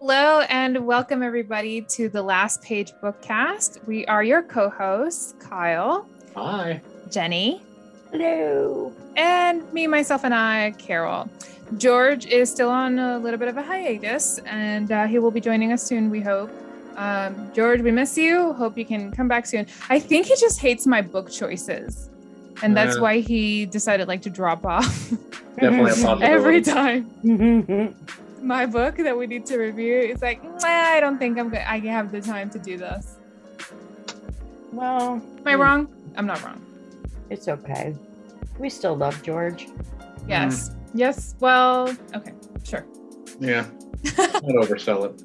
Hello and welcome everybody to the Last Page Bookcast. We are your co-hosts, Kyle, Hi. Jenny, Hello. and me, myself, and I, Carol. George is still on a little bit of a hiatus, and uh, he will be joining us soon. We hope. Um, George, we miss you. Hope you can come back soon. I think he just hates my book choices, and that's Yeah. why he decided like to drop off Definitely a Mm-hmm. possibility. every time. Mhm. my book that we need to review is like "Nah, i don't think i'm gonna i have the time to do this well, am i Hmm. wrong i'm not wrong it's okay. We still love George. yes yes well Mm. okay sure Yeah. Not oversell it.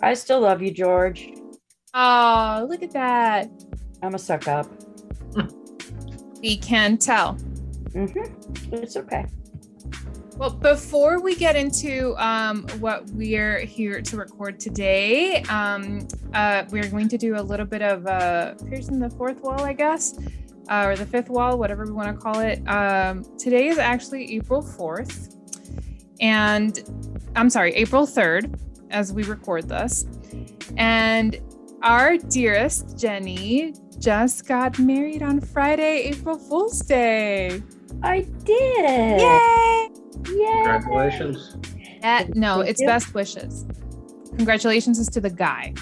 I still love you, George. oh look at that I'm a suck up. we can tell hmm It's okay. Well, before we get into um, what we're here to record today, um, uh, we're going to do a little bit of uh, piercing the fourth wall, I guess, uh, or the fifth wall, whatever we want to call it. Um, today is actually April 4th, and I'm sorry, April 3rd, as we record this. And our dearest Jenny just got married on Friday, April Fool's Day. I did. Yay! Yay. Congratulations. Uh, no, Thank it's you. best wishes. Congratulations is to the guy.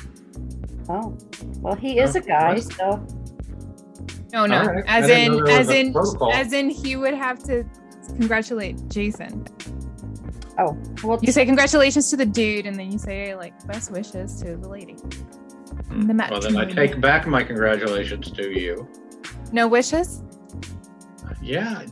Oh, well, he Oh, is a guy, so No, no, All right. I as didn't know in, there as was a in, protocol. as in, he would have to congratulate Jason. oh, well, You say congratulations to the dude, and then you say like best wishes to the lady. The match. Hmm. Well, then I take back my congratulations to you. no wishes. Yeah. You,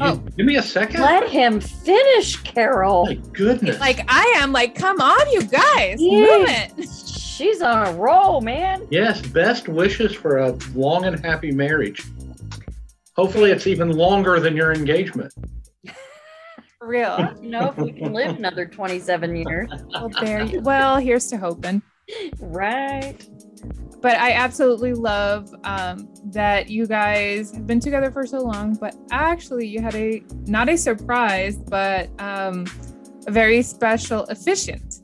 Oh. Give me a second. let him finish, Carol. My goodness. Like I am, like come on, you guys, Yes. move it. She's on a roll, man. yes. Best wishes for a long and happy marriage. Hopefully, it's even longer than your engagement. For real. You know, if we can live another 27 years, Well, there. You, well, here's to hoping. right? but I absolutely love um, that you guys have been together for so long. But actually, you had a not a surprise, but um, a very special efficient.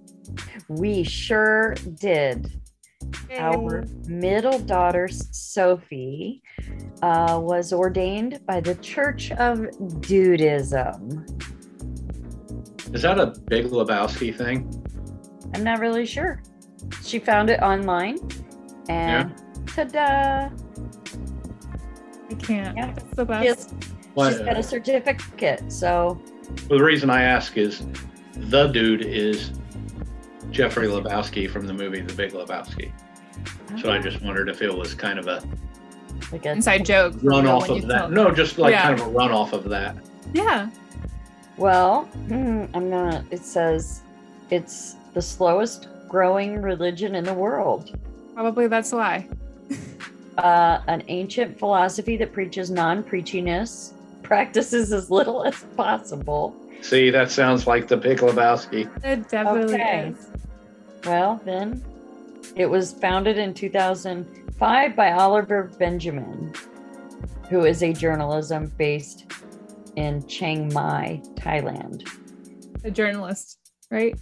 We sure did. our middle daughter sophie uh, was ordained by the church of dudism Is that a big Lebowski thing? i'm not really sure she found it online and ta-da I can't. Yeah. That's the best. Yes, Well, she's got a certificate so uh, the reason I ask is the dude is Jeffrey Lebowski from the movie The Big Lebowski. So I just wondered if it was kind of a like a- Inside joke. for run real off when you of tell- that. No, just like Yeah. kind of a run off of that. Yeah. well hmm, i'm gonna it says it's the slowest growing religion in the world Probably that's why. uh, an ancient philosophy that preaches non-preachiness, practices as little as possible. See, that sounds like the Big Lebowski. It definitely Okay. is. Well, then, it was founded in 2005 by Oliver Benjamin, who is a journalism based in Chiang Mai, Thailand. A journalist, right?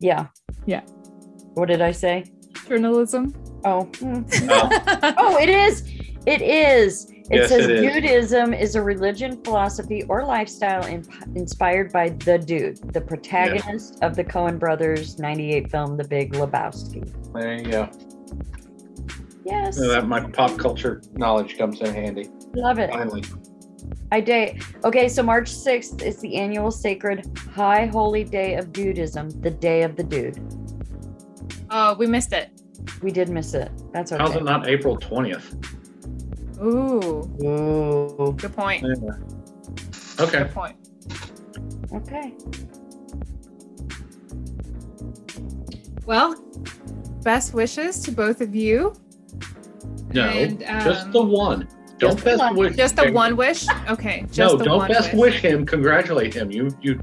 Yeah. Yeah. What did I say? Journalism. Oh. hmm. Oh, Oh, it is. It is. It Yes, says it is. Dudism is a religion, philosophy, or lifestyle in, inspired by the dude, the protagonist of the Coen brothers' 98 film, The Big Lebowski. there you go. Yes. So that my pop culture knowledge comes in handy. Love it. Finally. I day. Okay, so March 6th is the annual sacred High Holy Day of Dudism, the Day of the Dude. Oh, we missed it. We did miss it. That's How's okay. it not April 20th? Ooh, Ooh. good point. Okay. Good point. Okay. Well, best wishes to both of you. No, And, just um, the one. Don't just the best one. wish. Just the him. one wish? Okay. Just No, the don't one best wish. him. Congratulate him. You you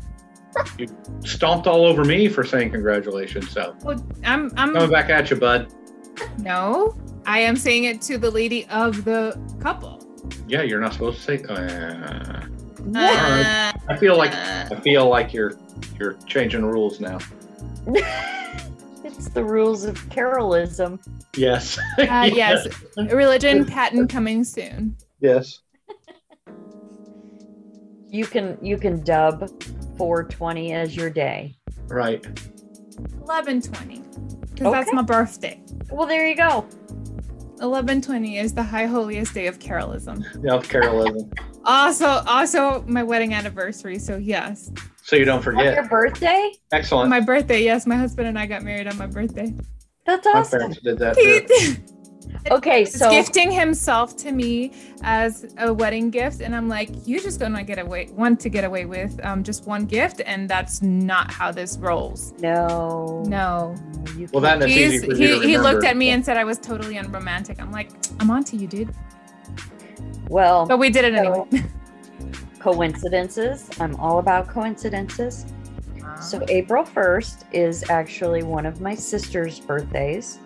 you stomped all over me for saying congratulations. So Well, I'm coming I'm back at you, bud. no. I am saying it to the lady of the couple. Yeah, you're not supposed to say. Uh, Uh, I feel like uh, I feel like you're you're changing rules now. accepts the rules of Carolism. Yes. Uh, yes. Religion patent coming soon. Yes. You can you can dub 420 as your day. Right. 1120. Because Okay. that's my birthday. Well, there you go. 1120 is the high holiest day of Carolism. Yeah, Carolism. Also, also my wedding anniversary. So yes, So you don't On your forget. birthday? Excellent. my birthday. Yes, my husband and I got married on my birthday. That's My awesome. parents did that. He Too. is Okay, so gifting himself to me as a wedding gift, and I'm like, you just gonna get away want to get away with um, just one gift, and that's not how this rolls. no. No, You Well, that can't. That's He's, easy for you he to he looked remember. at me and said I was totally unromantic. I'm like, I'm onto you, dude. well, But we did it anyway. so- coincidences. I'm all about coincidences. So April 1st is actually one of my sister's birthdays.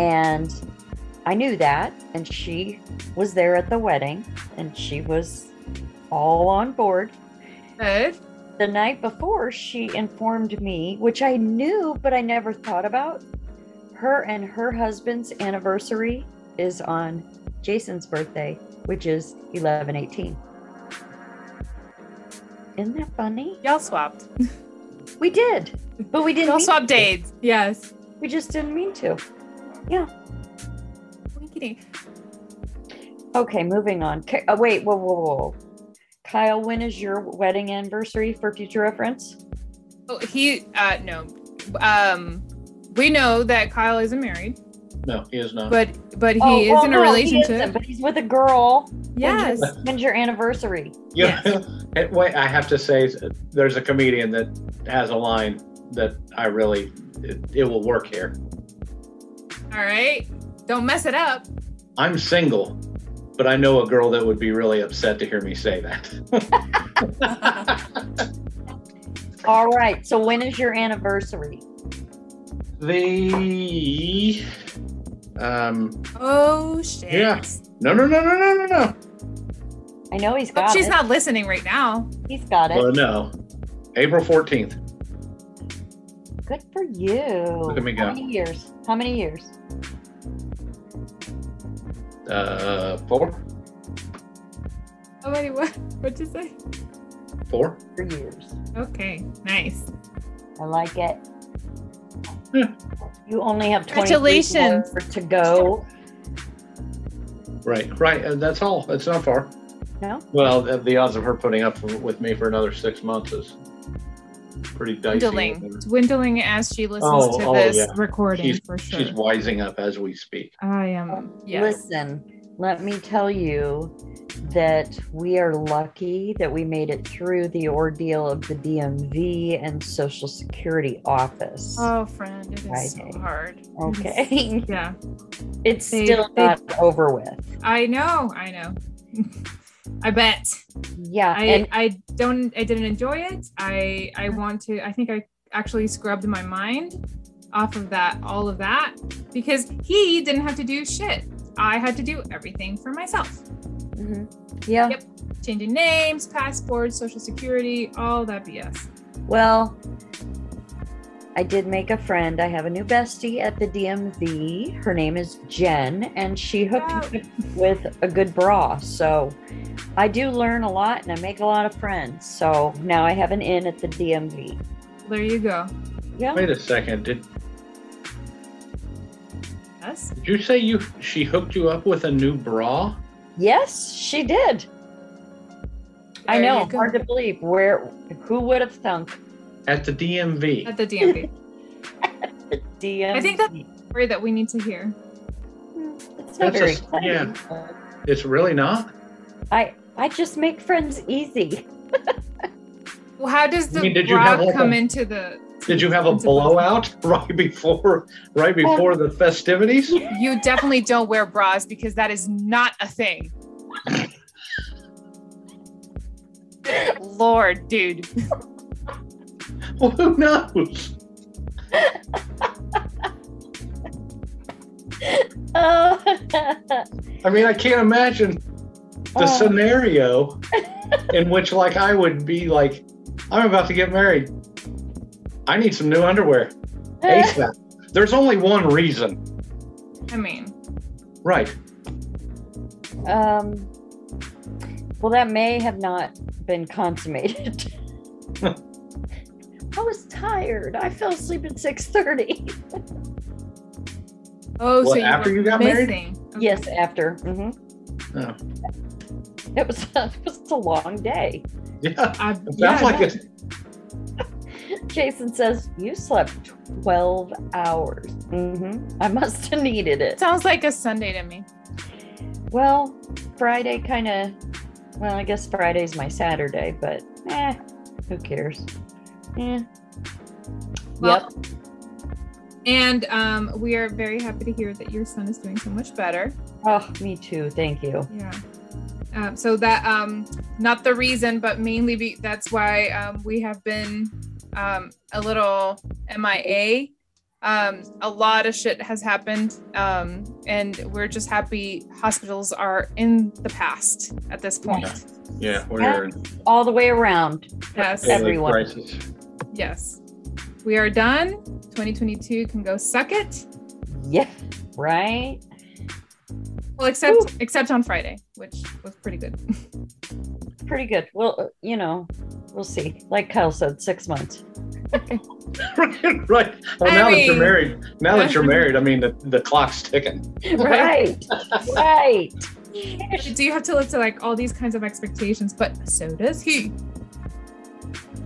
And I knew that. And she was there at the wedding and she was all on board. Good. The night before, she informed me, which I knew, but I never thought about. Her and her husband's anniversary is on Jason's birthday, which is 11 18. Isn't that funny? Y'all swapped. We did, but we didn't. Y'all mean- swapped dates. Yes. We just didn't mean to. Winkety. Okay, moving on. K- oh, wait, whoa, whoa, whoa. Kyle, when is your wedding anniversary for future reference? Oh, he uh no. Um we know that Kyle isn't married, No, he is not. but but he Oh, is well, in a no, he isn't, relationship. but he's with a girl. yes. When's your anniversary? You- Yes. And Wait, I have to say, there's a comedian that has a line that I really, it, it will work here. All right. Don't mess it up. I'm single, but I know a girl that would be really upset to hear me say that. All right. So when is your anniversary? the, um, Oh shit. Yeah. no, no, no, no, no, no, no. I know he's Hope got Oh, she's it. not listening right now. he's got it. Well, no. April 14th. Good for you. Look at me How go. many years? How many years? Uh, four? Oh wait, what what'd you say? Four? For years. Okay, nice. I like it. Yeah. You only have 23 Congratulations. more to go. Right, right. And that's all. It's not far. No? Well, the, the odds of her putting up with me for another six months is pretty dicey. Dwindling. Dwindling as she listens Oh, to oh, this yeah. recording She's, for sure. she's wising up as we speak. I am yeah. Oh, Listen, let me tell you that we are lucky that we made it through the ordeal of the DMV and Social Security office. Oh friend, it is so Friday. hard. It is- okay. Yeah. it's They- still they- not over with. I know, I know. I bet. Yeah. I and Mm-hmm. I don't I didn't enjoy it. I I want to I think I actually scrubbed my mind off of that all of that because he didn't have to do shit. I had to do everything for myself. Mhm. yeah. Yep. Changing names, passports, social security, all that BS. Well, I did make a friend. I have a new bestie at the DMV. Her name is Jen, and she hooked me up with a good bra. So I do learn a lot and I make a lot of friends. So now I have an in at the DMV. There you go. Yeah. Wait a second. Did, Yes. did you say you she hooked you up with a new bra? Yes, she did. I There know. you go. Hard to believe. Where who would have thunk At the DMV. At the DMV. the DMV? I think Story that we need to hear. it's not That's a- very yeah. exciting. but It's really not? I I just make friends easy. Well, how does the I mean, did you rock have, like, come a- into the Did you have a into- blowout right before right before the festivities? You definitely don't wear bras because that is not a thing. Lord, dude. Well, who knows? Oh. I mean, I can't imagine the Oh. scenario in which like I would be like, I'm about to get married. I need some new underwear. base that? There's only one reason. I mean, Right. Um, well, that may have not been consummated. I was tired. I fell asleep at six thirty. oh, so What, you after were you got married? missing. Okay. Yes, after. hmm Oh. It was it was a long day. Yeah. I, It sounds yeah, I like know. it. Jason says you slept twelve hours. hmm I must have needed it. Sounds like a Sunday to me. Well, Friday kind of. Well, I guess Friday's my Saturday, but eh, who cares? Eh. Well, and um, we are very happy to hear that your son is doing so much better. Oh, me too. Thank you. Yeah. Um, so that um, not the reason, but mainly be, that's why um, we have been um, a little MIA. Um, a lot of shit has happened, um, and we're just happy hospitals are in the past at this point. Yeah. We're in All the way around. Yes, Yeah. daily Everyone. crisis. yes, we are done. 2022 can go suck it. Yeah. Right. Well, except except on Friday, which was pretty good. Pretty good. Well, uh, you know, we'll see. Like Kyle said, six months. right. Well, I now that mean- you're married, now that you're married, I mean, the, the clock's ticking. Right. right. Do you have to live to like all these kinds of expectations? But so does he.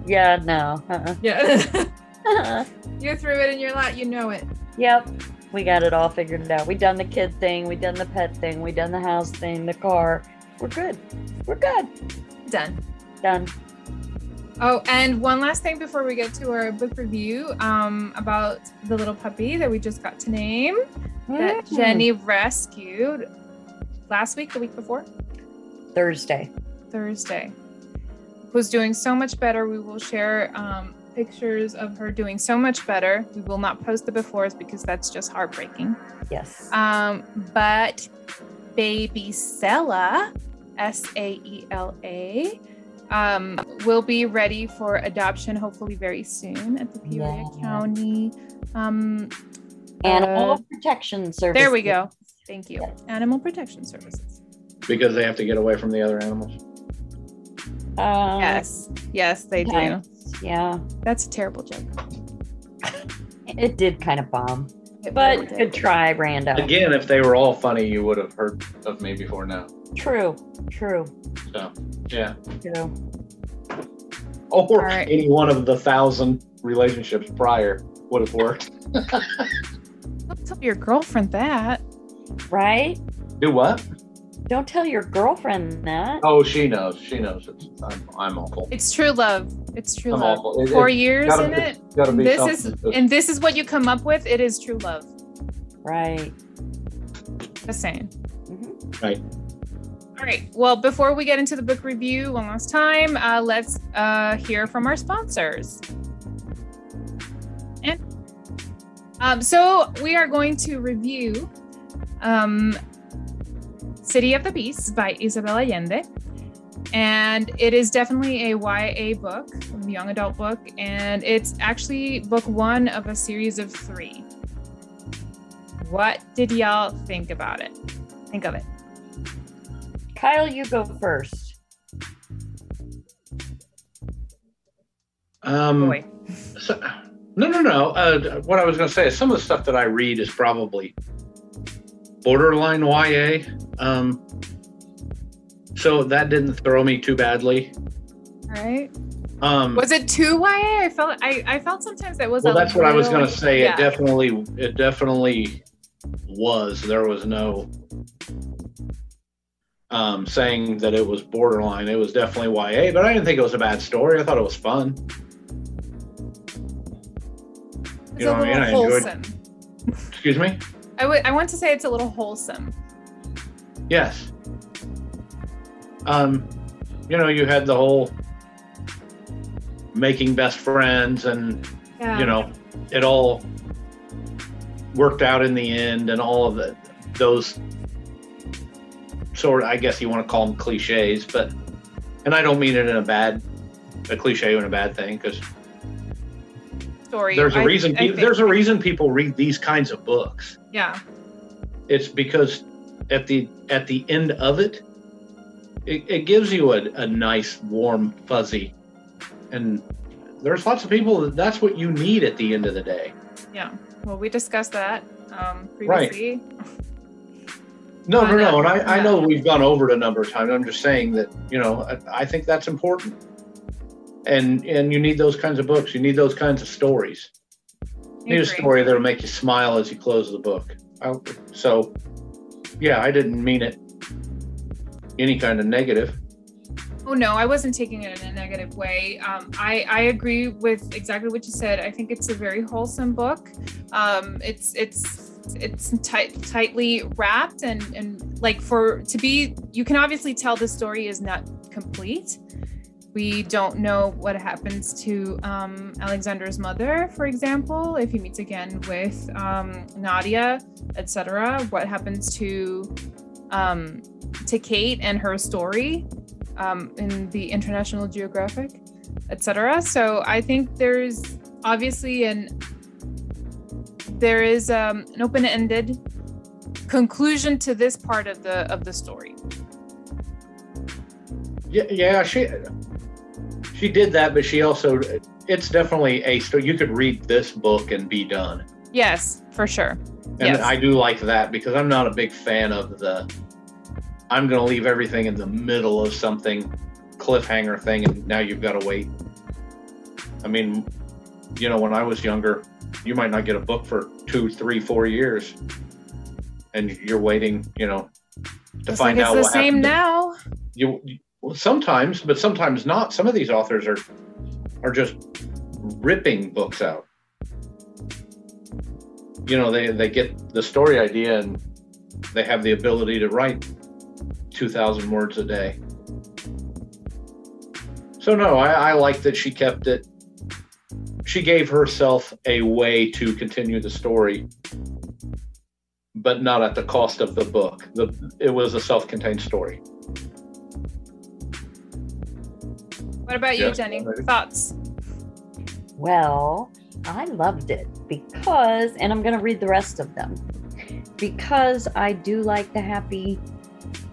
Yeah. No. Uh-uh. Yeah. Uh-uh. You're through it in your lot. You know it. Yep. We got it all figured out. We done the kid thing. We done the pet thing. We done the house thing. The car. We're good. We're good. Done. Done. Oh, and one last thing before we get to our book review um, about the little puppy that we just got to name that Mm. Jenny rescued last week, the week before, Thursday. Thursday, who's doing so much better. We will share um, pictures of her doing so much better. We will not post the befores because that's just heartbreaking. Yes. Um, but baby Sella, S A E L A, um, will be ready for adoption hopefully very soon at the Peoria Yeah. County. Um, Animal uh, protection service. there we go. Thank you. Animal Protection Services. Because they have to get away from the other animals. Um, Yes. Yes, they do. sometimes, Yeah. That's a terrible joke. It did kind of bomb, It really but did. good try, Rando. Again, if they were all funny, you would have heard of me before now. True. True. So, yeah. True. Or right. any one of the thousand relationships prior would have worked. Don't tell your girlfriend that. Right? Do what? Don't tell your girlfriend that. Oh, she knows. She knows. It's, I'm, I'm awful. It's true love. It's true I'm love. awful. It- Four it's years gotta in be- it. Gotta be This is something to- and this is what you come up with. It is true love. Right. Just saying. Mhm. Right. All right. Well, before we get into the book review one last time, uh, let's uh, hear from our sponsors. And um, so we are going to review um, City of the Beasts by Isabel Allende. And it is definitely a YA book, a young adult book, and it's actually book one of a series of three. What did y'all think about it? Think of it. Kyle, you go first. um, Boy. So, no, no, no. Uh, what I was going to say is some of the stuff that I read is probably borderline YA. Um, so that didn't throw me too badly. Right? Um, Was it too YA? I felt I, I felt sometimes that was. well, a that's what I was little- going to say. Yeah. It definitely, it definitely was. There was no um, saying that it was borderline. It was definitely YA, but I didn't think it was a bad story. I thought it was fun. It's you know a what I little mean? I enjoyed- wholesome. Excuse me. I would I want to say it's a little wholesome. Yes. Um, you know, you had the whole making best friends, and Yeah. you know, it all worked out in the end, and all of the, those sort of, I guess you want to call them cliches, but, and I don't mean it in a bad, a cliche in a bad thing, because story. There's a I- reason. I pe- think. there's a reason people read these kinds of books. yeah. It's because at the at the end of it, it, it gives you a, a nice warm fuzzy, and there's lots of people that that's what you need at the end of the day. Well, we discussed that um, Right. previously. No, I no, know. no. And I, I Yeah. know we've gone over it a number of times. I'm just saying that, you know, I, I think that's important. And and you need those kinds of books. You need those kinds of stories. You need a Agree. story that'll make you smile as you close the book. I, so, yeah, I didn't mean it any kind of negative. Oh no, I wasn't taking it in a negative way. Um, I I agree with exactly what you said. I think it's a very wholesome book. Um, it's it's it's tight, tightly wrapped and and like for to be you can obviously tell the story is not complete. We don't know what happens to um, Alexander's mother, for example, if he meets again with um, Nadia, etc. What happens to um, to Kate and her story? um, in the International Geographic, etc. So I think there's obviously an there is um, an open-ended conclusion to this part of the of the story. Yeah, yeah, she she did that, but she also it's definitely a story. You could read this book and be done. Yes, for sure. And Yes. I do like that because I'm not a big fan of the I'm going to leave everything in the middle of something cliffhanger thing and now you've got to wait. I mean, you know, when I was younger, you might not get a book for two, three, four years and you're waiting, you know, to Just find like out it's what the same happened. now. You, you- well, sometimes, but sometimes not. Some of these authors are are just ripping books out. You know, they they get the story idea and they have the ability to write two thousand words a day. So no, I, I like that she kept it. She gave herself a way to continue the story, but not at the cost of the book. The it was a self-contained story. What about you, Yes, Jenny? already. Thoughts? Well, I loved it because, and I'm going to read the rest of them because I do like the happy,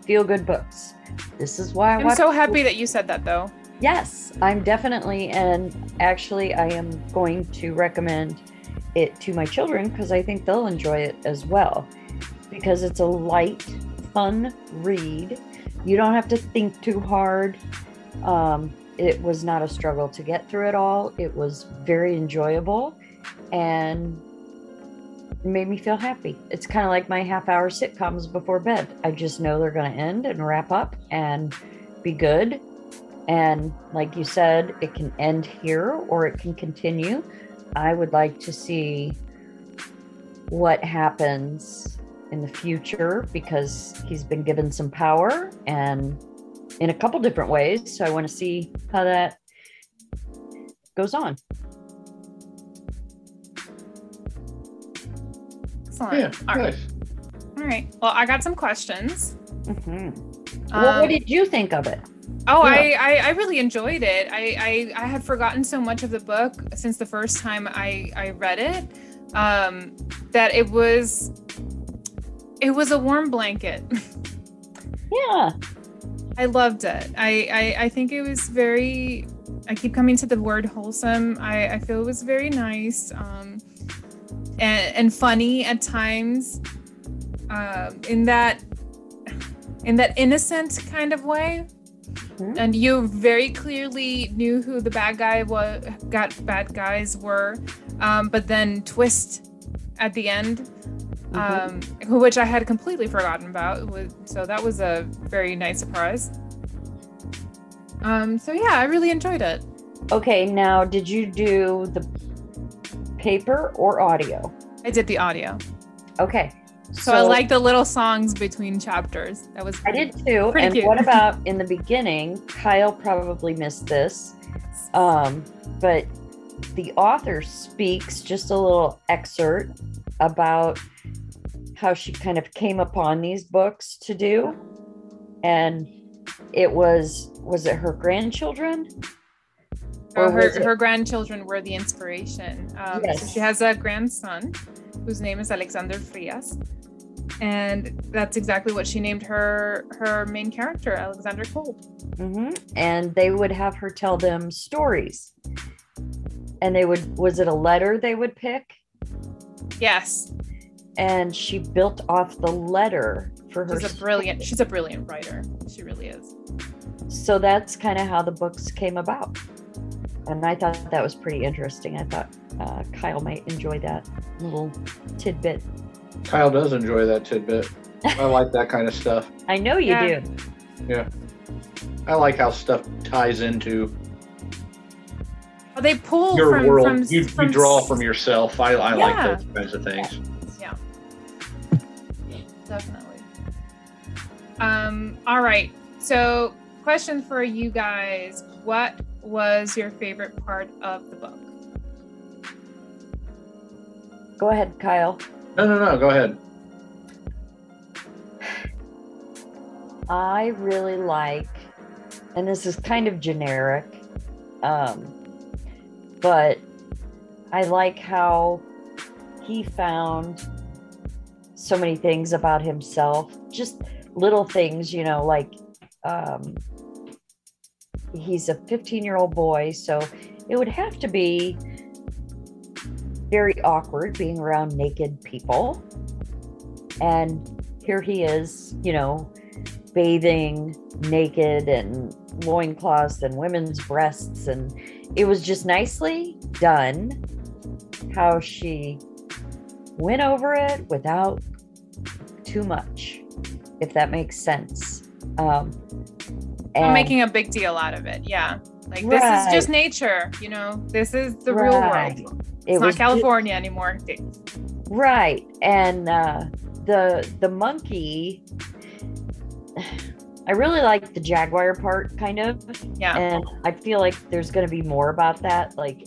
feel good books. This is why I I'm watch- so happy that you said that, though. Yes, I'm definitely, and actually, I am going to recommend it to my children because I think they'll enjoy it as well because it's a light, fun read. You don't have to think too hard. Um, it was not a struggle to get through it all. It was very enjoyable and made me feel happy. It's kind of like my half hour sitcoms before bed. I just know they're going to end and wrap up and be good. And like you said, it can end here or it can continue. I would like to see what happens in the future because he's been given some power and in a couple different ways. So I want to see how that goes on. Excellent. Yeah, All right. nice. All right. Well, I got some questions. Mhm. Um, well, what did you think of it? Oh, Yeah. I, I I really enjoyed it. I, I I had forgotten so much of the book since the first time I I read it um, that it was it was a warm blanket. Yeah. I loved it. I, I I think it was very. I keep coming to the word wholesome. I I feel it was very nice um, and and funny at times. Um, in that in that innocent kind of way. Mhm. And you very clearly knew who the bad guy was, got bad guys were, um, but then twist at the end, Mhm. um, who- which I had completely forgotten about. Was, so that was a very nice surprise. Um, so yeah, I really enjoyed it. okay. Now, did you do the paper or audio? I did the audio, Okay. so, I like the little songs between chapters. That was I did too. Pretty and cute. what about in the beginning? Kyle probably missed this, um, but the author speaks just a little excerpt about how she kind of came upon these books to do, and it was was it her grandchildren Oh, Or her, was it- her grandchildren were the inspiration. Um, so Yes. she has a grandson whose name is Alexander Frias. And that's exactly what she named her her main character, Alexander Kolb. hmm And they would have her tell them stories. And they would, was it a letter they would pick? Yes, And she built off the letter for her. she's a brilliant. She's a brilliant writer. She really is. So that's kind of how the books came about. And I thought that was pretty interesting. I thought uh, Kyle might enjoy that little tidbit. Kyle does enjoy that tidbit. I like that kind of stuff. I know you Yeah. do. I like how stuff ties into Well, Oh, they pull your from, world. from, you, you draw from yourself. I, I Yeah. like those kinds of things. definitely. Um, all right. So, question for you guys: What was your favorite part of the book? Go ahead, Kyle. No, no, no. Go ahead. I really like, and this is kind of generic, um, but I like how he found so many things about himself, just little things, you know, like um, he's a 15 year old boy, so it would have to be very awkward being around naked people. And here he is, you know, bathing naked and loincloths and women's breasts and it was just nicely done how she went over it without too much if that makes sense um Not and- making a big deal out of it. Yeah. Like this is just nature, you know. This is the Right. real world. it It's not was ju- California anymore. Right. And uh, the the monkey I really like the jaguar part kind of. Yeah. And I feel like there's going to be more about that like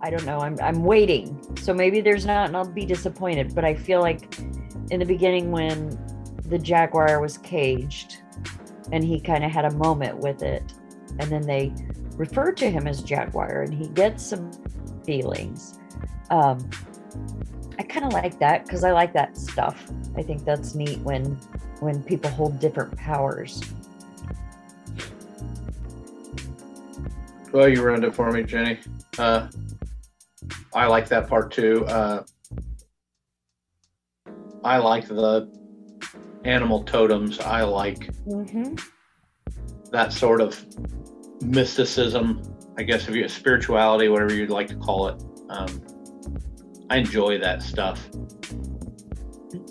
I don't know. I'm I'm waiting. So maybe there's not and I'll be disappointed, but I feel like in the beginning when the jaguar was caged and he kind of had a moment with it and then they refer to him as jaguar and he gets some feelings. Um I kind of like that because I like that stuff. I think that's neat when when people hold different powers. Well, you ruined it for me, Jenny. Uh, I like that part too. Uh, I like the animal totems. I like Mm-hmm. that sort of mysticism, I guess, if you spirituality, whatever you'd like to call it. Um, I enjoy that stuff.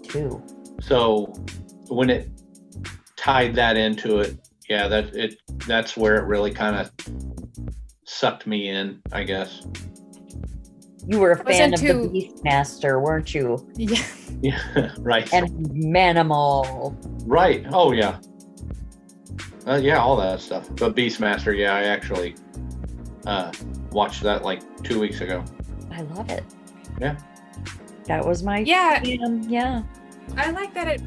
Too. So when it tied that into it, yeah, that it that's where it really kind of sucked me in, I guess. You were a fan Wasn't of too- the Beastmaster, weren't you? Yeah. Yeah, right. And Manimal. Right. Oh yeah. Uh, yeah, all that stuff. But Beastmaster, yeah, I actually uh, watched that like two weeks ago. I love it. Yeah. That was my Yeah. jam, yeah. I like that it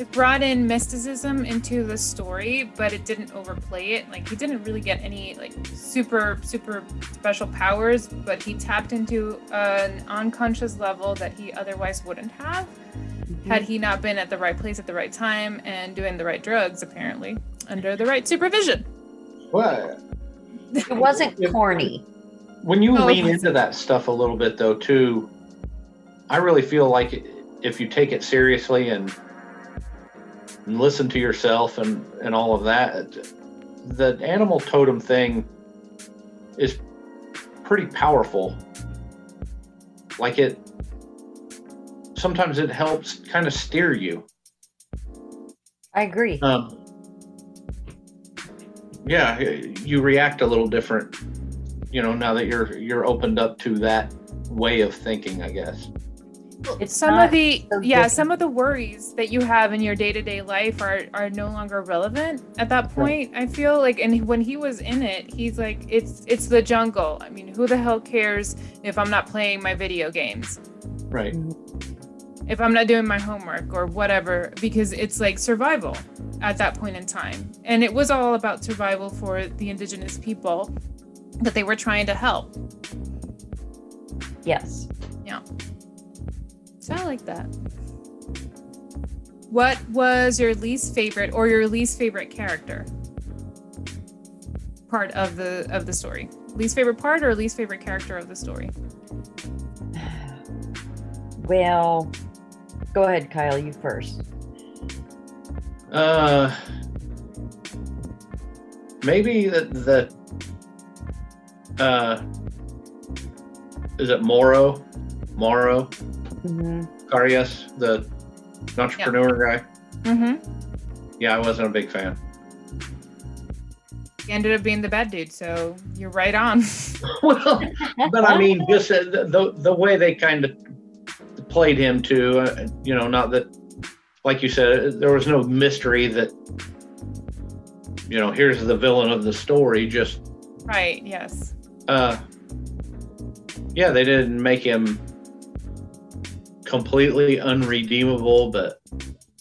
it brought in mysticism into the story, but it didn't overplay it. Like he didn't really get any like super super special powers, but he tapped into an unconscious level that he otherwise wouldn't have Mm-hmm. had he not been at the right place at the right time and doing the right drugs apparently under the right supervision. Well, It wasn't If- corny. when you Oh, lean okay. into that stuff a little bit though, too, I really feel like i- if you take it seriously and, and listen to yourself and and all of that, the animal totem thing is pretty powerful. Like it sometimes it helps kind of steer you. I agree. Um, yeah, you react a little different, you know, now that you're you're opened up to that way of thinking, I guess. It's some not of the so yeah different. some of the worries that you have in your day-to-day life are are no longer relevant at that point i feel like and when he was in it he's like it's it's the jungle i mean who the hell cares if i'm not playing my video games Right. if i'm not doing my homework or whatever because it's like survival at that point in time and it was all about survival for the indigenous people that they were trying to help. Yes. So I like that. What was your least favorite or your least favorite character? Part of the of the story. Least favorite part or least favorite character of the story? Well, go ahead, Kyle. You first. Uh, maybe that that uh, is it Moro, Moro Mm-hmm. hmm Carias, the entrepreneur guy. Mm-hmm. Yeah, I wasn't a big fan. He ended up being the bad dude, so you're right on. well, but I mean, just uh, the the, the way they kind of played him too. Uh, you know, not that, like you said, there was no mystery that. You know, here's the villain of the story. Just right, yes. uh yeah they didn't make him completely unredeemable but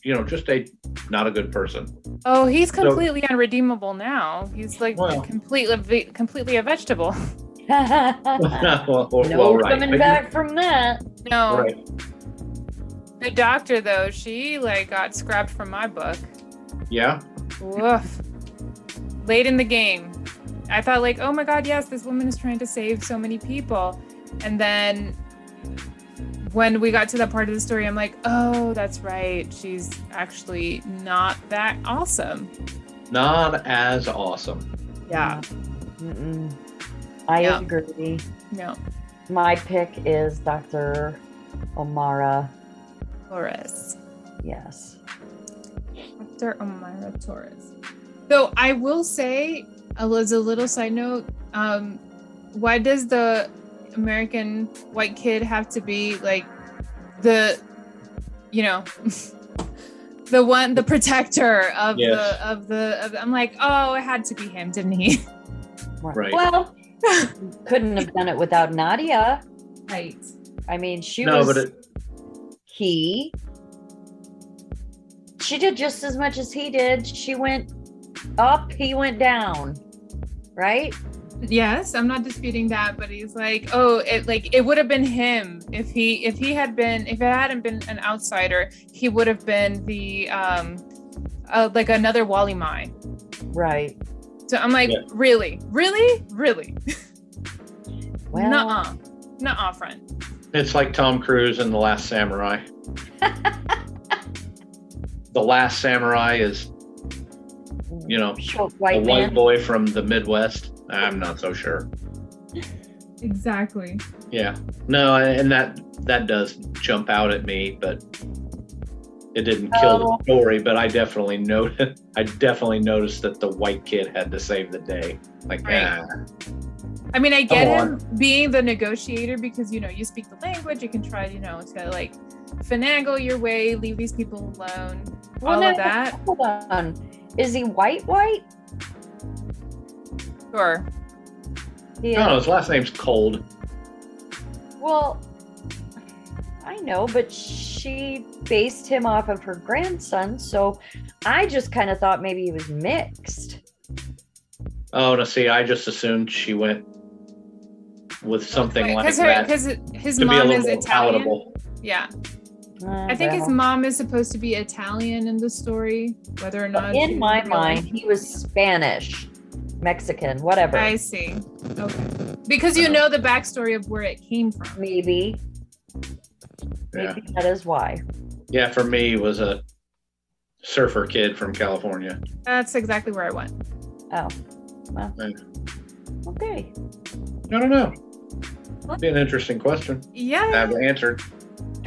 you know just a not a good person Oh, he's completely unredeemable now. He's like Well. completely ve- completely a vegetable. well, well, Uh-huh. no well, right. coming But- back from that. No, right. the doctor though, she like got scrapped from my book. yeah Woof. Late in the game. I thought like, oh my god, yes, this woman is trying to save so many people. And then when we got to that part of the story, I'm like, oh, that's right. She's actually not that awesome. not as awesome Yeah. Mm-mm. I Yeah. agree. No. My pick is Dr. Omara. Flores. Yes. Dr. Omira Torres. Though I will say, uh, as a little side note, um, why does the American white kid have to be like the, you know, the one, the protector of Yes. the of the? Of, I'm like, oh, it had to be him, didn't he? Right. Well, couldn't have done it without Nadia. Right. I mean, she no was but it, he. She did just as much as he did. She went up, he went down. Right? Yes, I'm not disputing that, but he's like, oh, it like it would have been him if he if he had been if it hadn't been an outsider, he would have been the um uh, like another Wally mine. Right. So I'm like, Yeah. really, really, really, Well, nuh-uh, nuh-uh, friend. it's like tom cruise in the last samurai the last samurai is you know short a white white man. boy from the midwest i'm not so sure Exactly. Yeah. No, and that that does jump out at me, but it didn't kill Oh. the story. But I definitely noticed. I definitely noticed that the white kid had to save the day. Like, Right. ah, I mean, I get Come him being the negotiator because you know you speak the language, you can try, you know, to like finagle your way, leave these people alone, all no, of that. Hold on. Is he white, white? Sure. no, Yeah. Oh, his last name's Cold. Well, I know, but she based him off of her grandson. So I just kind of thought maybe he was mixed. Oh, no, see, I just assumed she went with something like Because that because his to be a mom little is more Italian. palatable. Yeah, Uh, I think his well. mom is supposed to be Italian in the story, whether or not in she's my really- mind, he was Spanish, Mexican, whatever. I see. Okay, because you Uh, know the backstory of where it came from. Maybe. Yeah, Maybe that is why. yeah. For me, it was a surfer kid from California. That's exactly where I went. Oh. Well. Right. Okay. I don't know. Be an interesting question. I Yeah. have answered.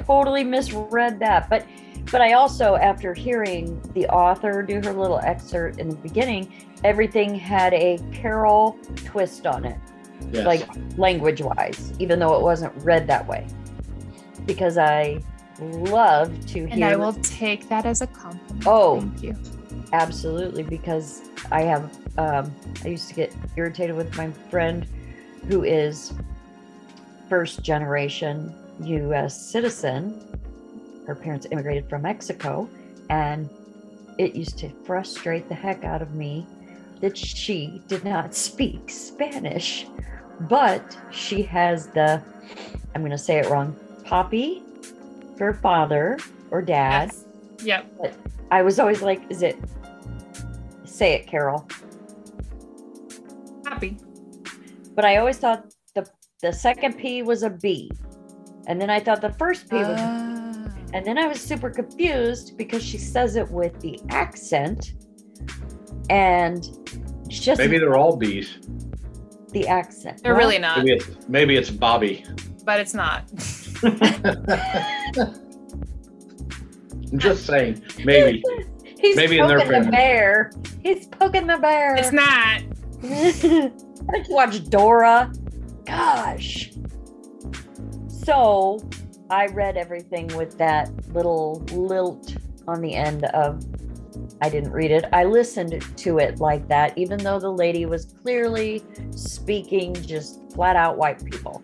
Totally misread that. But but I also, after hearing the author do her little excerpt in the beginning, everything had a Carol twist on it. Yes. like language wise, even though it wasn't read that way. Because I love to And hear I will take that as a compliment. Oh. Thank you. absolutely because I have um, I used to get irritated with my friend who is first generation US citizen. Her parents immigrated from Mexico and it used to frustrate the heck out of me that she did not speak Spanish, but she has the, I'm going to say it wrong, Poppy for father or dad. Yes. Yep. I was always like, is it, say it, Carol. Happy. But I always thought the, the second P was a B. And then I thought the first P Oh. was Uh, And then I was super confused because she says it with the accent. And she just Maybe they're all bees. the accent. They're Well, really not, Maybe it's, maybe it's Bobby. but it's not. Just saying. Maybe. He's Maybe in poking their the family. bear. He's poking the bear. It's not. I just watched Dora. Gosh. So I read everything with that little lilt on the end of I didn't read it. I listened to it like that, even though the lady was clearly speaking just flat out white people.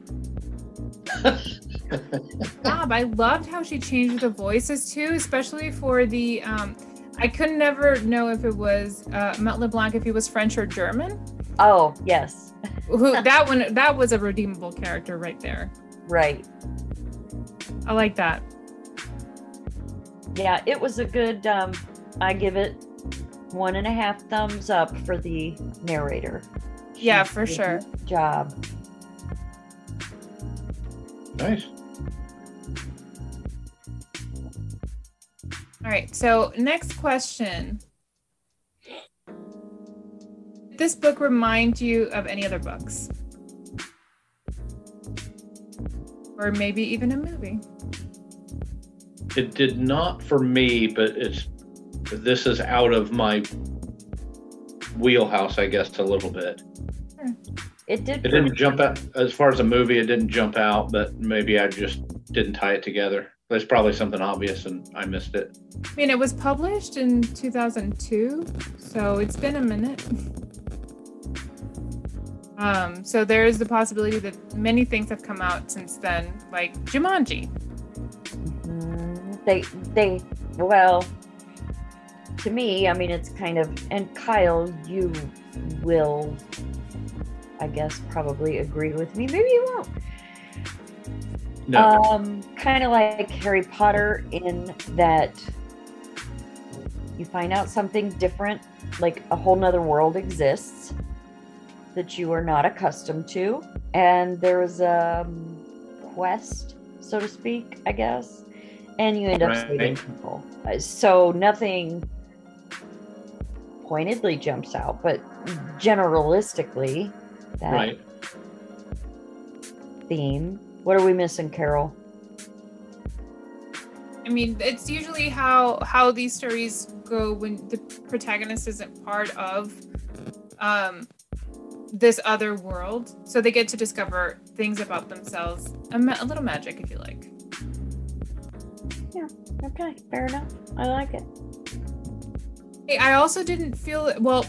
Bob, I loved how she changed the voices too, especially for the. Um, I could never know if it was uh, Matt LeBlanc, if he was French or German. Oh, yes. Who that one? That was a redeemable character right there. Right. I like that. Yeah, it was a good um I give it one and a half thumbs up for the narrator. She Yeah, for did a sure. good Job. nice. All right. So next question. Did this book remind you of any other books? Or maybe even a movie. It did not for me, but it's this is out of my wheelhouse, I guess, a little bit. It did It for didn't jump out as far as a movie. It didn't jump out, but maybe I just didn't tie it together. That's probably something obvious, and I missed it. I mean, it was published in 2002, so it's been a minute. Um, so there is the possibility that many things have come out since then, like Jumanji. Mhm. They they well to me, I mean it's kind of and Kyle, you will I guess probably agree with me. Maybe you won't. No, Um kind of like Harry Potter in that you find out something different, like a whole nother world exists that you are not accustomed to. And there is a um, quest, so to speak, I guess. And you end up saving Right. people. Uh, So nothing pointedly jumps out, but generalistically, that right. theme. What are we missing, Carol? I mean, it's usually how how these stories go when the protagonist isn't part of um, this other world, so they get to discover things about themselves, a, ma- a little magic, if you like. Okay, fair enough. I like it. Hey, I also didn't feel well.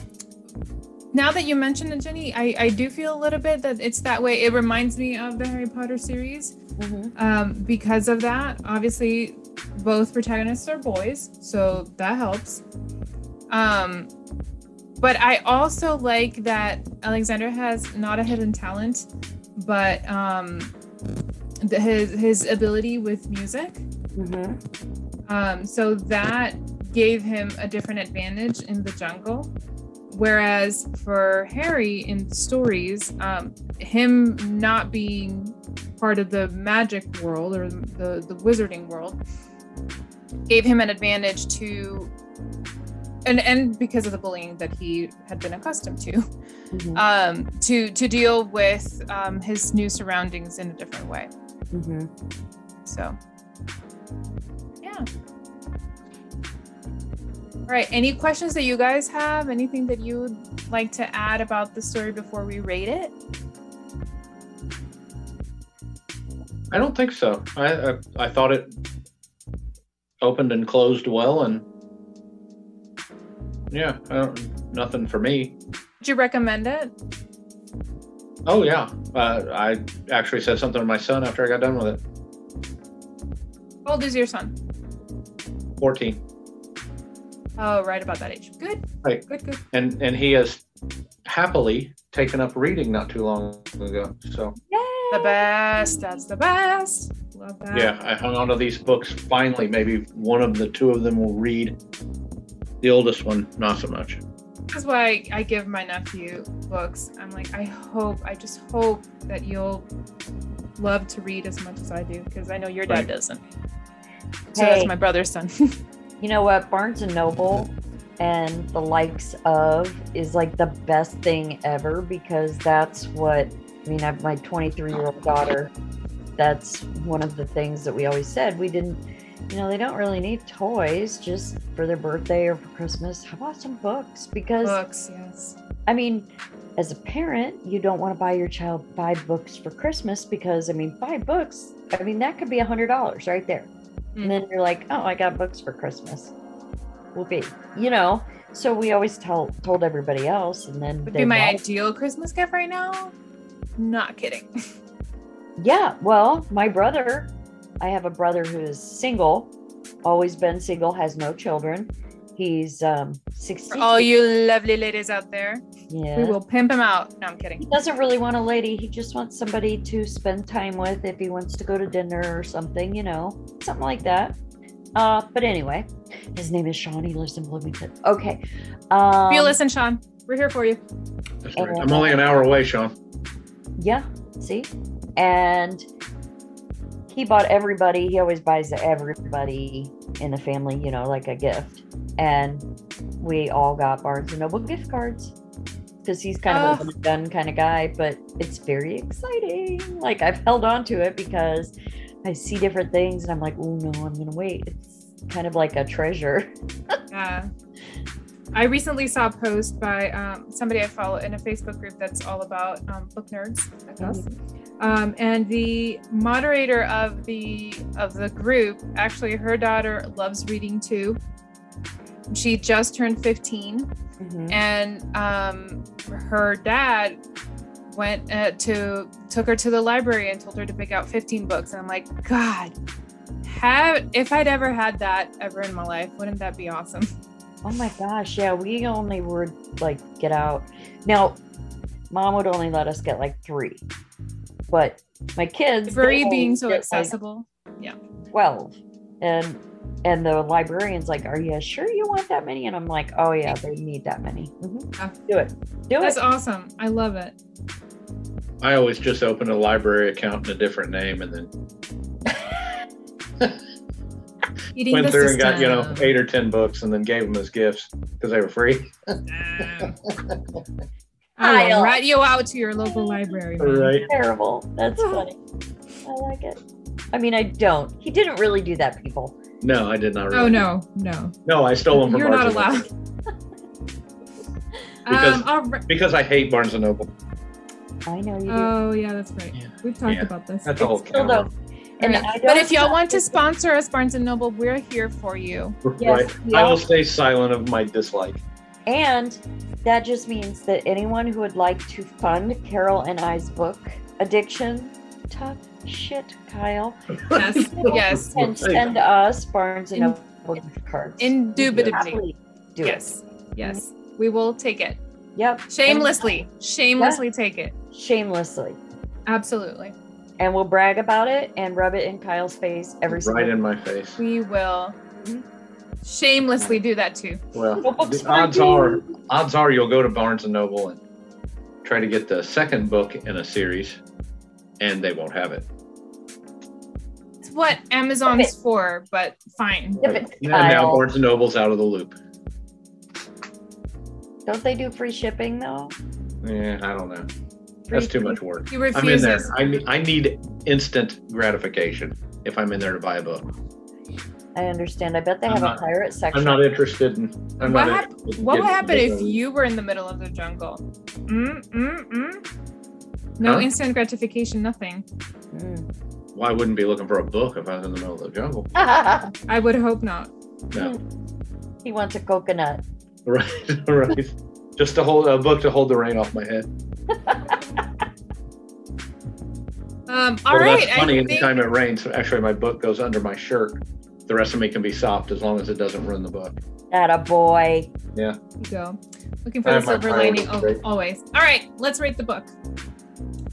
Now that you mentioned it, Jenny, I, I do feel a little bit that it's that way. It reminds me of the Harry Potter series Mm-hmm. um, because of that. Obviously, both protagonists are boys, so that helps. Um, but I also like that Alexander has not a hidden talent, but um, the, his his ability with music. Mm-hmm. Um, so that gave him a different advantage in the jungle. Whereas for Harry in stories, um, him not being part of the magic world or the, the wizarding world gave him an advantage to, and, and because of the bullying that he had been accustomed to, Mhm. um, to, to deal with um, his new surroundings in a different way. Mm-hmm. So, yeah. All right. Any questions that you guys have? Anything that you would like to add about the story before we rate it? I don't think so. I, I I thought it opened and closed well, and yeah, I don't, nothing for me. Would you recommend it? Oh yeah, uh, I actually said something to my son after I got done with it. How old is your son? Fourteen, Oh, right about that age. Good. Right. Good. Good. and and he has happily taken up reading not too long ago. So The best. That's the best. Love that. yeah, I hung on to these books. Finally, maybe one of the two of them will read. The oldest one, not so much. This is why I give my nephew books. I'm like, I hope, I just hope that you'll love to read as much as I do, because I know your dad Right. doesn't. So that's Hey. my brother's son. You know what? Barnes and Noble and the likes of is like the best thing ever because that's what I mean. I have my 23 year old daughter. That's one of the things that we always said. We didn't, you know, they don't really need toys just for their birthday or for Christmas. How about some books? Because books, yes. I mean, as a parent, you don't want to buy your child five books for Christmas because, I mean, five books, I mean, that could be a $100 right there. Mm. And then you're like, oh, I got books for Christmas. Will be, you know? So we always tell told everybody else. And then Would they be my bought- ideal Christmas gift right now. Not kidding. Yeah, well, my brother, I have a brother who is single, always been single, has no children. He's um 16. For all Oh, you lovely ladies out there, yeah. we will pimp him out. No, I'm kidding. he doesn't really want a lady. He just wants somebody to spend time with if he wants to go to dinner or something, you know, something like that. Uh, but anyway, his name is Sean. He lives in Bloomington. Okay. Um, If you listen, Sean, we're here for you. That's right. Okay. I'm only an hour away, Sean. Yeah. See? And he bought everybody. He always buys everybody in the family, you know, like a gift. And we all got Barnes and Noble gift cards because he's kind of a Oh. one and done kind of guy, but it's very exciting. Like I've held on to it because I see different things and I'm like, oh no, I'm going to wait. It's kind of like a treasure. Yeah. Uh, I recently saw a post by um, somebody I follow in a Facebook group that's all about um, book nerds. Like us. Mm-hmm. Um, and the moderator of the of the group, actually, her daughter loves reading too. She just turned 15, Mhm. and um, her dad went uh, to took her to the library and told her to pick out 15 books and i'm like god have if i'd ever had that ever in my life wouldn't that be awesome Oh my gosh, yeah, we only would like get out. Now, mom would only let us get like three, but my kids Very they being only so get, like, accessible. Twelve, and and the librarian's like, "Are you sure you want that many?" And I'm like, "Oh yeah, they need that many. Mhm. Yeah. Do it, do That's it." awesome. I love it. I always just open a library account in a different name and then Eating went the through and got, you know, system. eight or 10 books and then gave them as gifts because they were free. Damn. I Kyle. will rat you out to your local library. man. Terrible. That's funny. I like it. I mean, I don't. He didn't really do that, people. No, I did not Oh really. no, no. No, I stole them from You're not Barnes and Noble allowed. Because- um, all right. Because I hate Barnes and Noble. I know you do. Oh yeah, that's right. Yeah. We've talked Yeah. about this. That's a whole Still camera. don't. And Right. I But don't if y'all want to think- sponsor us, Barnes and Noble, we're here for you. Yes, right. we I are. will stay silent of my dislike. And that just means that anyone who would like to fund Carol and I's book addiction, tough shit, Kyle, Yes, yes, can send us Barnes and Noble gift cards. indubitably. Happily do it. Yes, yes, we will take it Yep. shamelessly. Shamelessly take it. And shamelessly. Absolutely, And we'll brag about it and rub it in Kyle's face every single Right in my face. we will Mhm. shamelessly do that too. Well, No books the for odds you. are, odds are you'll go to Barnes and Noble and try to get the second book in a series, and they won't have it. It's what Amazon's for, but fine. Zip it, And now Kyle. Barnes and Noble's out of the loop. Don't they do free shipping though? Yeah, I don't know. Free That's too much work. He I'm in refuses. there. I need, I need instant gratification if I'm in there to buy a book. I understand. I bet they I'm have not- a pirate section. I'm not interested in. I'm What not hap- interested in What would getting- happen if you were in the middle of the jungle? Mm, mm, mm. No Huh? instant gratification, nothing. Mm. Well, I wouldn't be looking for a book if I was in the middle of the jungle. I would hope not. Um, No, Mm. he wants a coconut. right, right. Just to hold a book to hold the rain off my head. Um, all well, right. that's funny. I think, Anytime it rains, actually, my book goes under my shirt. The rest of me can be sopped as long as it doesn't ruin the book. That a boy. you go. Looking for I have the my silver pile lining of al- great- always. All right, let's rate the book.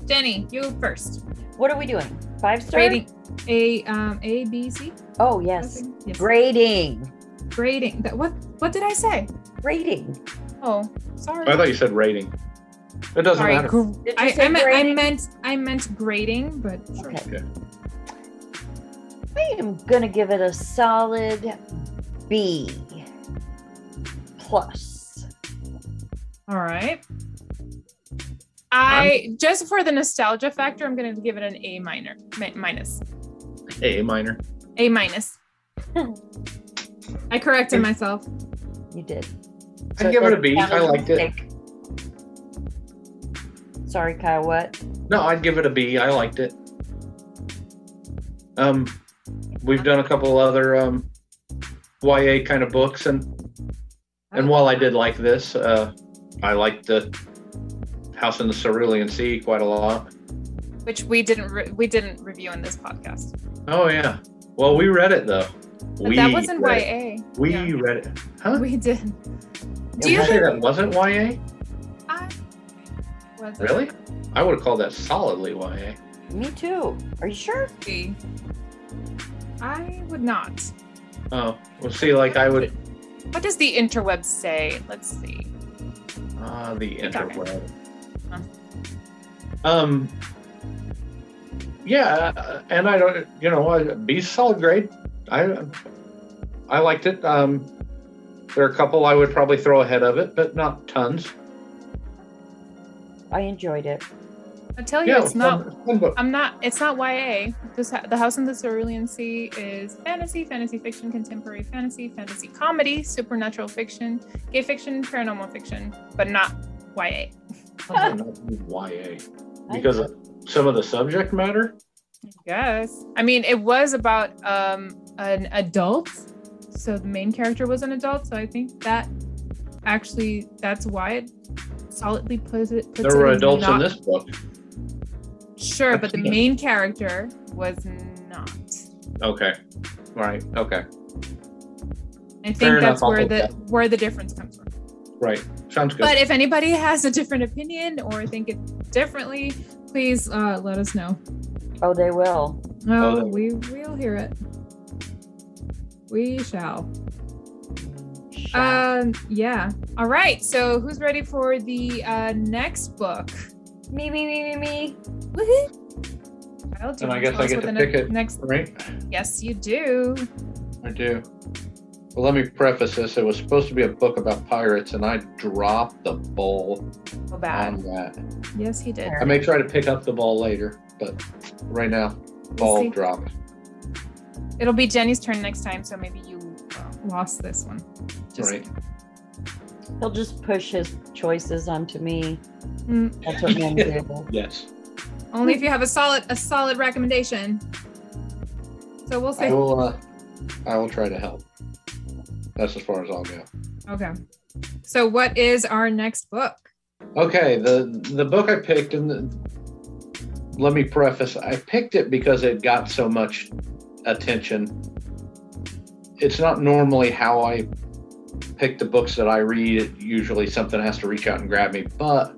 Jenny, you first. What are we doing? Five star Rating A um A B C. Oh yes. Yes. Grading. Grading. That, what what did I say? Grading. Oh, sorry. I thought you said rating. It doesn't Sorry, matter. Did you I, say I, meant, I grading? meant I meant grading, but sure. Okay. Okay. I am gonna give it a solid B plus. All right. I just for the nostalgia factor, I'm going to give it an A minor mi- minus. A minor. A minus. I corrected myself. You did. I'd give it a doesn't B. count I as a liked it. mistake. Sorry, Kyle. What? No, I'd give it a B. I liked it. Um, we've done a couple other um, YA kind of books, and and while I did like this, uh, I liked the House in the Cerulean Sea quite a lot. Which we didn't re- we didn't review in this podcast. Oh yeah. Well, we read it though. But we that wasn't read it. YA. We Yeah, read it. Huh? we did. Do Did you you say think that wasn't YA? I was it Really? I would have called that solidly YA. Me too. Are you sure? B? I would not. Oh, well, see, like I would. What does the interweb say? Let's see. Ah, the okay. interweb. Huh. Um. Yeah, uh, and I don't. You know, I- B solid grade. I I liked it. Um, there are a couple I would probably throw ahead of it, but not tons. I enjoyed it. I tell you, Yeah, Oh, it's not. fun- fun book. I'm not. It's not YA. This, the House in the Cerulean Sea is fantasy, fantasy fiction, contemporary fantasy, fantasy comedy, supernatural fiction, gay fiction, paranormal fiction, but not YA. Uh-huh. I don't know, YA because of some of the subject matter. Yes. I mean, it was about um, an adult. So the main character was an adult. So I think that actually that's why it solidly puts it. Puts There were it adults in not- this book. Sure, but the Yeah. main character was not. Okay. Right. Okay. I think Fair enough, that's I'll where take the that. where the difference comes from. Right. Sounds good. But if anybody has a different opinion or think it differently, please uh, let us know. Oh, they will. No, Oh. we will hear it. We shall. Shout. Um, yeah. All right. So who's ready for the uh, next book? me, me, me, me, me. Woohoo! Kyle, do you And I want guess tell I us get what the to pick ne- it. Next, right. yes, you do. I do. Well, let me preface this. It was supposed to be a book about pirates, and I dropped the ball Go back. on that. Um, Yes, he did. I may try to pick up the ball later, but right now, We'll ball see. dropped. It'll be Jenny's turn next time, so maybe you uh, lost this one. Just- Right? He'll just push his choices onto me. Mm, That's what men do. Yes. only if you have a solid a solid recommendation. So we'll see. I will. Uh, I will try to help. That's as far as I'll go. Okay. So what is our next book? Okay. the The book I picked, and the, let me preface. I picked it because it got so much attention. It's not normally how I pick the books that I read. Usually something has to reach out and grab me, but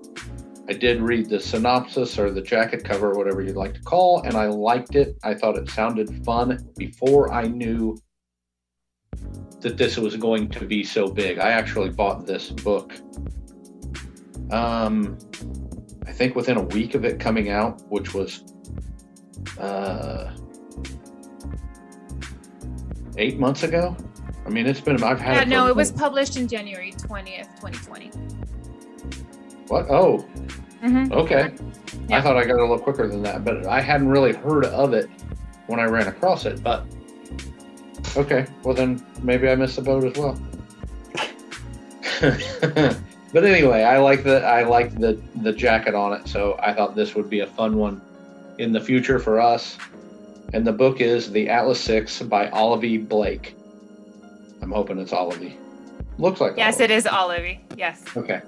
I did read the synopsis or the jacket cover, whatever you'd like to call, and I liked it. I thought it sounded fun before I knew that this was going to be so big. I actually bought this book. Um, I think within a week of it coming out, which was uh, eight months ago. I mean, it's been. I've had. Yeah, it Uh, no, for- it was published in January 20th, 2020. What? Oh, Mm-hmm. okay. I Yeah. thought I got a little quicker than that, but I hadn't really heard of it when I ran across it. But okay, well then maybe I missed the boat as well. but anyway, I like the I like the the jacket on it, so I thought this would be a fun one in the future for us. And the book is The Atlas Six by Olivie Blake. I'm hoping it's Olivie. Looks like Yes, it is Olivie. Yes. is. Okay.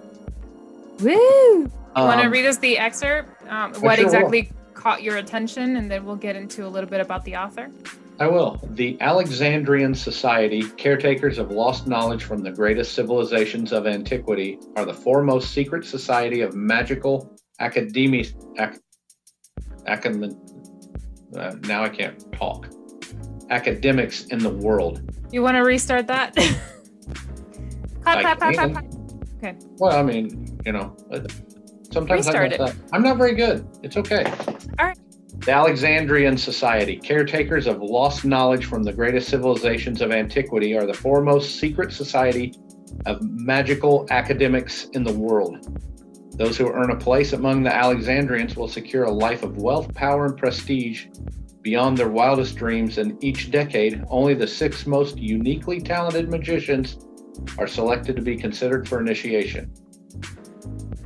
Woo! You Want to Um, read us the excerpt? Um, what sure will. exactly caught your attention, and then we'll get into a little bit about the author. I will. The Alexandrian Society, caretakers of lost knowledge from the greatest civilizations of antiquity, are the foremost secret society of magical academy. Ac, academ, uh, now I can't talk. Academics in the world. You want to restart that? clap, I clap, clap, clap, can. clap. Well, I mean, you know, uh, sometimes I Restart mess it. up. I'm not very good. It's okay. All right. The Alexandrian Society, caretakers of lost knowledge from the greatest civilizations of antiquity, are the foremost secret society of magical academics in the world. Those who earn a place among the Alexandrians will secure a life of wealth, power, and prestige beyond their wildest dreams. And each decade, only the six most uniquely talented magicians are selected to be considered for initiation.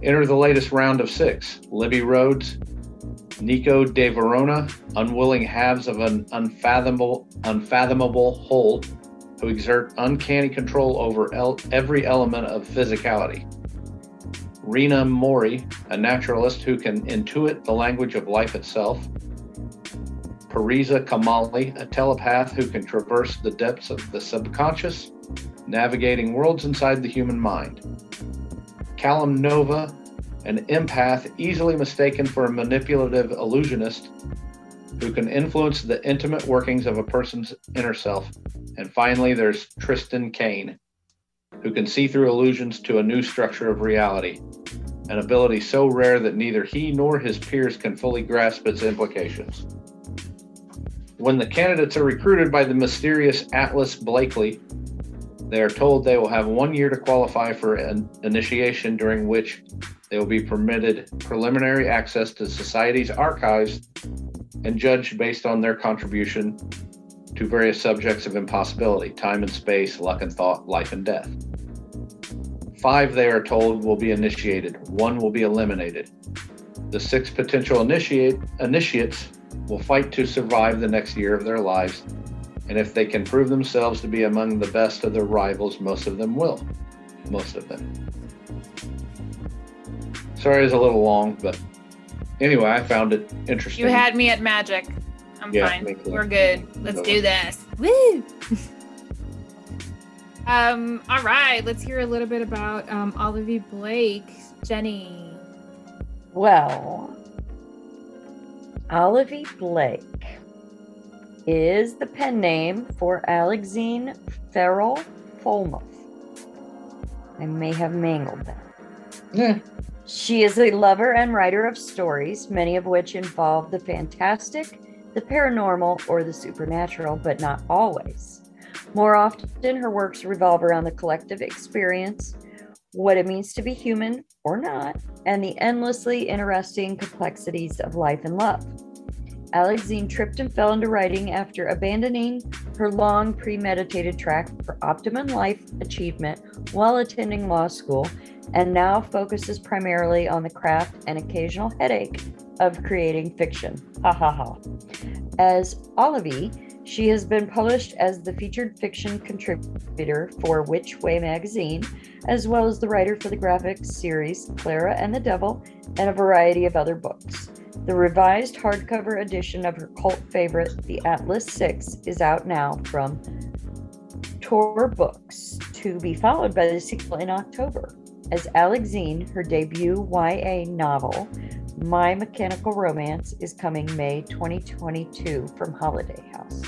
Enter the latest round of six Libby Rhodes, Nico de Verona, unwilling halves of an unfathomable, unfathomable whole who exert uncanny control over el- every element of physicality. Rena Mori, a naturalist who can intuit the language of life itself. Pariza Kamali, a telepath who can traverse the depths of the subconscious navigating worlds inside the human mind. Callum Nova, an empath easily mistaken for a manipulative illusionist who can influence the intimate workings of a person's inner self. And finally, there's Tristan Kane, who can see through illusions to a new structure of reality, an ability so rare that neither he nor his peers can fully grasp its implications. When the candidates are recruited by the mysterious Atlas Blakely, they are told they will have one year to qualify for an initiation, during which they will be permitted preliminary access to society's archives and judged based on their contribution to various subjects of impossibility time and space, luck and thought, life and death. Five, they are told, will be initiated, one will be eliminated. The six potential initiate, initiates will fight to survive the next year of their lives and if they can prove themselves to be among the best of their rivals, most of them will. Most of them. Sorry, it's a little long, but anyway, I found it interesting. You had me at magic. I'm Yeah, fine. make it. We're good. Let's Go do this. Woo! um, all right, let's hear a little bit about um Olivia Blake, Jenny. Well, Olivie Blake is the pen name for Alexine Farrell Folmuth. I may have mangled that. yeah, She is a lover and writer of stories, many of which involve the fantastic, the paranormal, or the supernatural, but not always. More often, her works revolve around the collective experience, what it means to be human or not, and the endlessly interesting complexities of life and love. Alexine tripped and fell into writing after abandoning her long premeditated track for optimum life achievement while attending law school and now focuses primarily on the craft and occasional headache of creating fiction. Ha ha ha. As Olivie, she has been published as the featured fiction contributor for Which Way magazine, as well as the writer for the graphic series Clara and the Devil and a variety of other books. The revised hardcover edition of her cult favorite, The Atlas Six, is out now from Tor Books, to be followed by the sequel in October as Alexine, her debut YA novel, My Mechanical Romance, is coming May 2022 from Holiday House.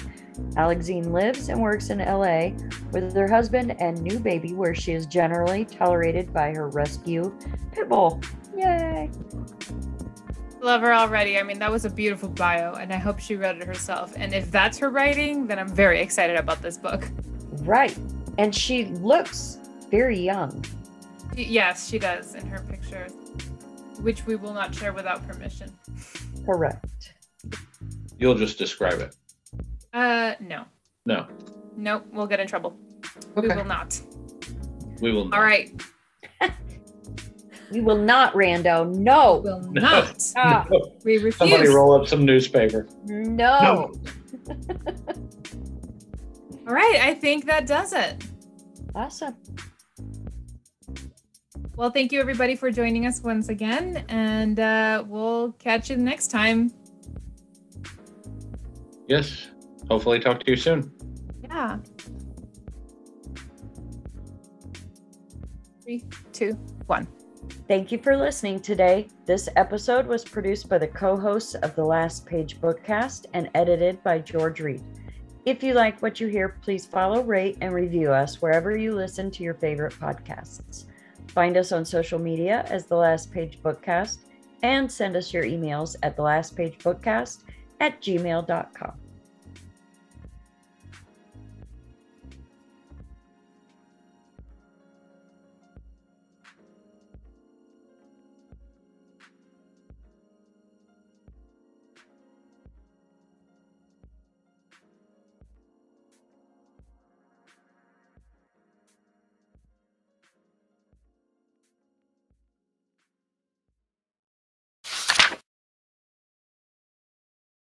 Alexine lives and works in LA with her husband and new baby, where she is generally tolerated by her rescue pit bull. Yay! Love her already. I mean, that was a beautiful bio, and I hope she wrote it herself. And if that's her writing, then I'm very excited about this book. Right. And she looks very young. Y- Yes, she does in her picture, which we will not share without permission. Correct. you'll just describe it. Uh, no, No, nope, we'll get in trouble. We Okay. will not. we will. Not. All right, You will not, Rando. No. will not. Ah, We refuse. Somebody roll up some newspaper. no. All right, I think that does it. Awesome. Well, thank you everybody for joining us once again, and uh, we'll catch you next time. Yes. Hopefully, talk to you soon. Yeah. Three, two, one. Thank you for listening today. This episode was produced by the co hosts of the Last Page Bookcast and edited by George Reed. If you like what you hear, please follow, rate, and review us wherever you listen to your favorite podcasts. Find us on social media as the Last Page Bookcast and send us your emails at the Last Page Bookcast at gmail.com.